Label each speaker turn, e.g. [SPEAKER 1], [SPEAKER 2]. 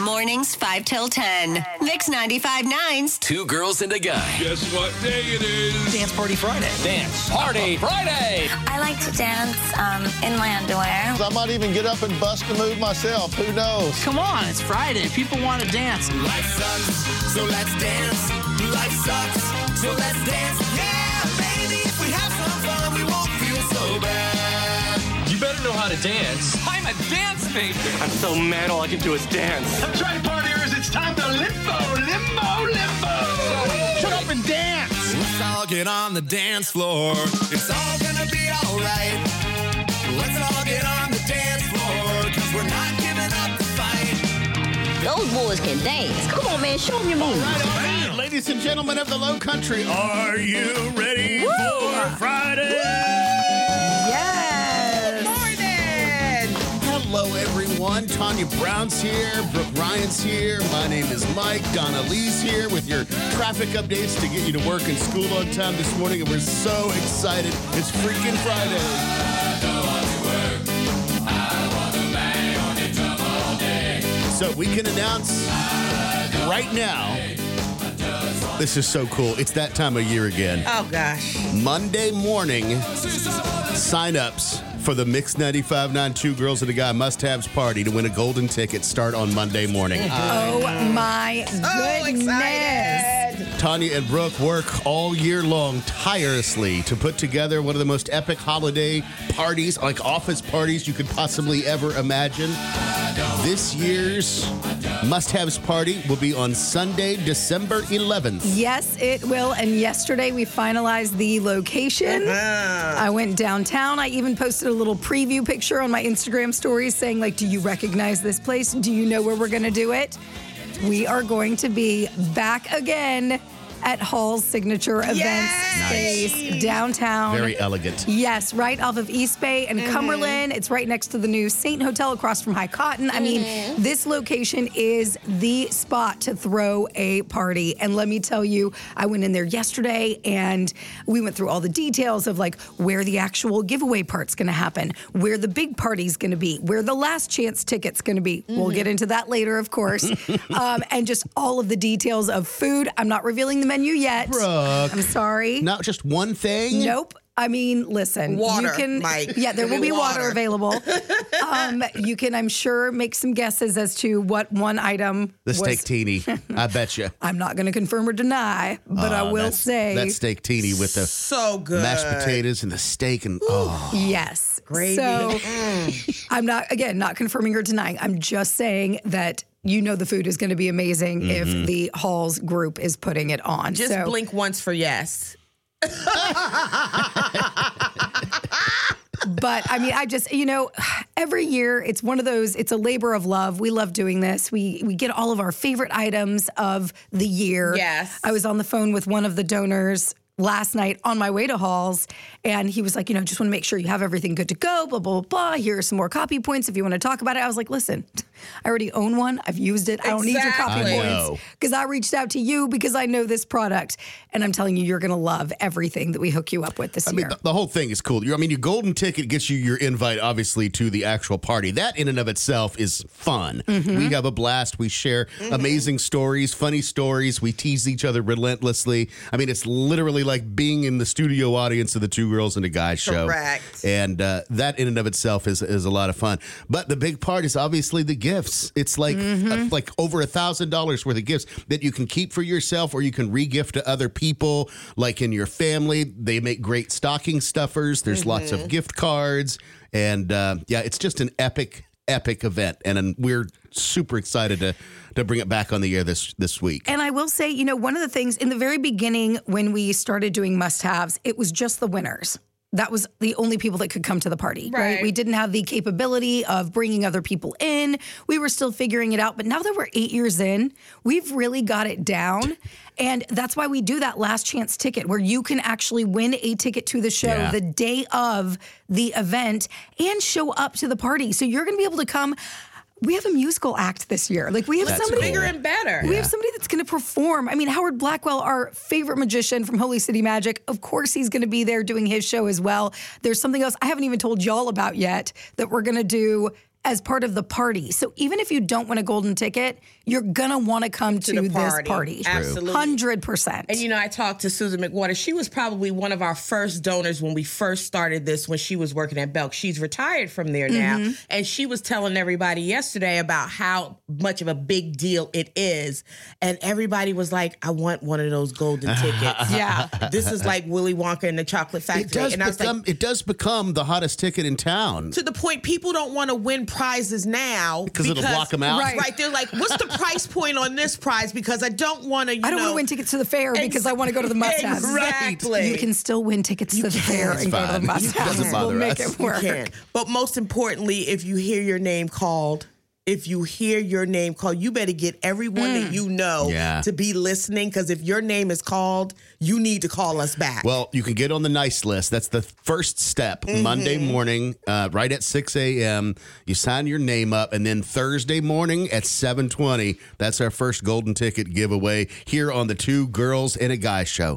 [SPEAKER 1] Mornings 5 till 10. Mix 95.9's
[SPEAKER 2] Two girls and a guy.
[SPEAKER 3] Guess what day it is?
[SPEAKER 4] Dance Party Friday.
[SPEAKER 2] Dance party Friday.
[SPEAKER 5] I like to dance um, in my underwear.
[SPEAKER 6] I might even get up and bust a move myself. Who knows?
[SPEAKER 4] Come on, it's Friday. People want to dance.
[SPEAKER 7] Life sucks, so let's dance. Life sucks, so let's dance. Yeah, baby, if we have some fun, we won't feel so bad.
[SPEAKER 2] You better know how to dance.
[SPEAKER 8] I'm a dance major.
[SPEAKER 9] I'm so mad all I can do is dance.
[SPEAKER 10] That's right, partiers. It's time to limbo, limbo, limbo.
[SPEAKER 4] Shut up and dance.
[SPEAKER 7] Let's all get on the dance floor. It's all gonna be alright. Let's all get on the dance floor, cause we're not giving up the fight.
[SPEAKER 11] Those boys can dance. Come on, man, show them your moves.
[SPEAKER 6] Ladies and gentlemen of the Low Country, are you ready for Friday? Hello, everyone. Tanya Brown's here. Brooke Ryan's here. My name is Mike. Donna Lee's here with your traffic updates to get you to work and school on time this morning. And we're so excited. It's freaking Friday. So we can announce right now. This is so cool. It's that time of year again.
[SPEAKER 12] Oh gosh.
[SPEAKER 6] Monday morning signups for the Mix 95.9 Two Girls and a Guy must haves party to win a golden ticket start on Monday morning.
[SPEAKER 12] Oh my
[SPEAKER 11] So
[SPEAKER 12] goodness.
[SPEAKER 6] Uh, Tanya and Brooke work all year long tirelessly to put together one of the most epic holiday parties, like office parties you could possibly ever imagine. This year's must haves party will be on Sunday, December 11th.
[SPEAKER 12] Yes, it will. And yesterday we finalized the location. I went downtown. I even posted a little preview picture on my Instagram stories saying like, "Do you recognize this place? Do you know where we're going to do it?" We are going to be back again at Hall's Signature Events Space downtown.
[SPEAKER 6] Very elegant.
[SPEAKER 12] Yes, right off of East Bay and Cumberland. It's right next to the new Saint Hotel across from High Cotton. I mean, this location is the spot to throw a party. And let me tell you, I went in there yesterday and we went through all the details of like where the actual giveaway part's going to happen, where the big party's going to be, where the last chance ticket's going to be. We'll get into that later, of course. um, and just all of the details of food. I'm not revealing the menu yet.
[SPEAKER 6] Brooke.
[SPEAKER 12] I'm sorry.
[SPEAKER 6] Not just one thing.
[SPEAKER 12] Nope. I mean, listen,
[SPEAKER 11] Water,
[SPEAKER 12] you can,
[SPEAKER 11] Mike.
[SPEAKER 12] yeah, there will be water,
[SPEAKER 11] Water.
[SPEAKER 12] available. um, you can, I'm sure, make some guesses as to what one item.
[SPEAKER 6] The
[SPEAKER 12] was-
[SPEAKER 6] steak teeny. I bet you.
[SPEAKER 12] I'm not going to confirm or deny, but I will say
[SPEAKER 6] Ah, That steak teeny with the
[SPEAKER 11] So good.
[SPEAKER 6] mashed potatoes and the steak and oh,
[SPEAKER 12] yes. So
[SPEAKER 11] Mm.
[SPEAKER 12] I'm not, again, not confirming or denying. I'm just saying that you know the food is going to be amazing
[SPEAKER 6] Mm-hmm.
[SPEAKER 12] if the Halls group is putting it on.
[SPEAKER 11] Just
[SPEAKER 12] so,
[SPEAKER 11] blink once for yes.
[SPEAKER 12] but I mean, I just you know, every year it's one of those. It's a labor of love. We love doing this. We we get all of our favorite items of the year.
[SPEAKER 11] Yes.
[SPEAKER 12] I was on the phone with one of the donors last night on my way to Halls, and he was like, you know, just want to make sure you have everything good to go. Blah blah blah. Here are some more copy points if you want to talk about it. I was like, listen, I already own one. I've used it. I don't need your copy
[SPEAKER 6] Exactly. I know.
[SPEAKER 12] points because I reached out to you because I know this product, and I'm telling you, you're gonna love everything that we hook you up with this
[SPEAKER 6] I mean,
[SPEAKER 12] year.
[SPEAKER 6] the, the whole thing is cool. You- I mean, your golden ticket gets you your invite, obviously, to the actual party. That in and of itself is fun.
[SPEAKER 12] Mm-hmm.
[SPEAKER 6] We have a blast. We share amazing stories, funny stories. We tease each other relentlessly. I mean, it's literally like being in the studio audience of the Two Girls and a Guy show.
[SPEAKER 11] Correct.
[SPEAKER 6] And uh, that in and of itself is is a lot of fun. But the big part is obviously the gifts. It's like uh, like over a thousand dollars worth of gifts that you can keep for yourself or you can re-gift to other people, like in your family. They make great stocking stuffers. There's lots of gift cards, and uh, yeah, it's just an epic epic event, and, and we're super excited to to bring it back on the air this this week.
[SPEAKER 12] And I will say, you know, one of the things in the very beginning when we started doing must haves, it was just the winners. That was the only people that could come to the party, right. We didn't have the capability of bringing other people in. We were still figuring it out. But now that we're eight years in, we've really got it down. And that's why we do that last chance ticket where you can actually win a ticket to the show
[SPEAKER 6] Yeah.
[SPEAKER 12] the day of the event and show up to the party. So you're going to be able to come. We have a musical act this year. Like we have somebody
[SPEAKER 11] Bigger and better.
[SPEAKER 12] we have somebody that's going to perform. I mean, Howard Blackwell, our favorite magician from Holy City Magic, of course he's going to be there doing his show as well. There's something else I haven't even told y'all about yet that we're going to do as part of the party. So even if you don't win a golden ticket, you're gonna want to come to,
[SPEAKER 8] the
[SPEAKER 12] this
[SPEAKER 8] party.
[SPEAKER 12] party.
[SPEAKER 8] Absolutely.
[SPEAKER 12] hundred percent.
[SPEAKER 8] And you know, I talked to Susan McWhorter. She was probably one of our first donors when we first started this when she was working at Belk. She's retired from there now.
[SPEAKER 12] Mhm.
[SPEAKER 8] And she was telling everybody yesterday about how much of a big deal it is. And everybody was like, I want one of those golden tickets.
[SPEAKER 6] Yeah.
[SPEAKER 8] This is like Willy Wonka and the Chocolate Factory.
[SPEAKER 6] It does
[SPEAKER 8] and I was
[SPEAKER 6] become
[SPEAKER 8] like,
[SPEAKER 6] it does become the hottest ticket in town.
[SPEAKER 8] to the point people don't want to win prizes now
[SPEAKER 6] 'Cause it'll block 'em out?
[SPEAKER 8] Right.
[SPEAKER 6] Right.
[SPEAKER 8] They're like, what's the price point on this prize? Because I don't want to.
[SPEAKER 12] I don't want to win tickets to the fair because I want to go to the must haves.
[SPEAKER 8] Exactly.
[SPEAKER 12] You can still win tickets to the fair and go to the must haves. We'll make it work.
[SPEAKER 8] You can. But most importantly, if you hear your name called, if you hear your name called, you better get everyone
[SPEAKER 12] Mm.
[SPEAKER 8] that you know
[SPEAKER 6] Yeah.
[SPEAKER 8] to be listening. Because if your name is called, you need to call us back.
[SPEAKER 6] Well, you can get on the nice list. That's the first step. Monday morning, uh, right at six a.m., you sign your name up, and then Thursday morning at seven twenty, that's our first golden ticket giveaway here on the Two Girls and a Guy Show.